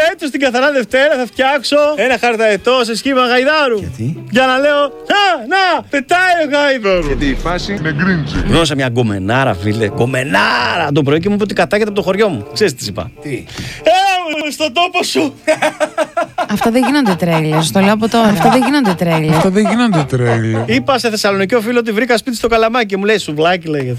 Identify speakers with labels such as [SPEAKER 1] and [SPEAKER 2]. [SPEAKER 1] Φέτο την καθαρά Δευτέρα θα φτιάξω ένα χαρταετό σε σχήμα γαϊδάρου.
[SPEAKER 2] Γιατί?
[SPEAKER 1] Για να λέω Να, να, πετάει ο γαϊδάρου.
[SPEAKER 3] Γιατί η φάση με γκριντζι.
[SPEAKER 1] Γνώρισα μια γκομενάρα, φίλε. Γκομενάρα! Το πρωί και μου είπε ότι κατάγεται από το χωριό μου. Ξέρεις τι της είπα.
[SPEAKER 2] Τι.
[SPEAKER 1] Έλα μου στον τόπο σου!
[SPEAKER 4] Αυτά δεν γίνονται τρέλια. Στο λέω από τώρα. Αυτά δεν γίνονται τρέλια.
[SPEAKER 5] Αυτά δεν γίνονται τρέλια.
[SPEAKER 1] είπα σε Θεσσαλονικό φίλο ότι βρήκα σπίτι στο καλαμάκι και μου λέει σουβλάκι λέγεται.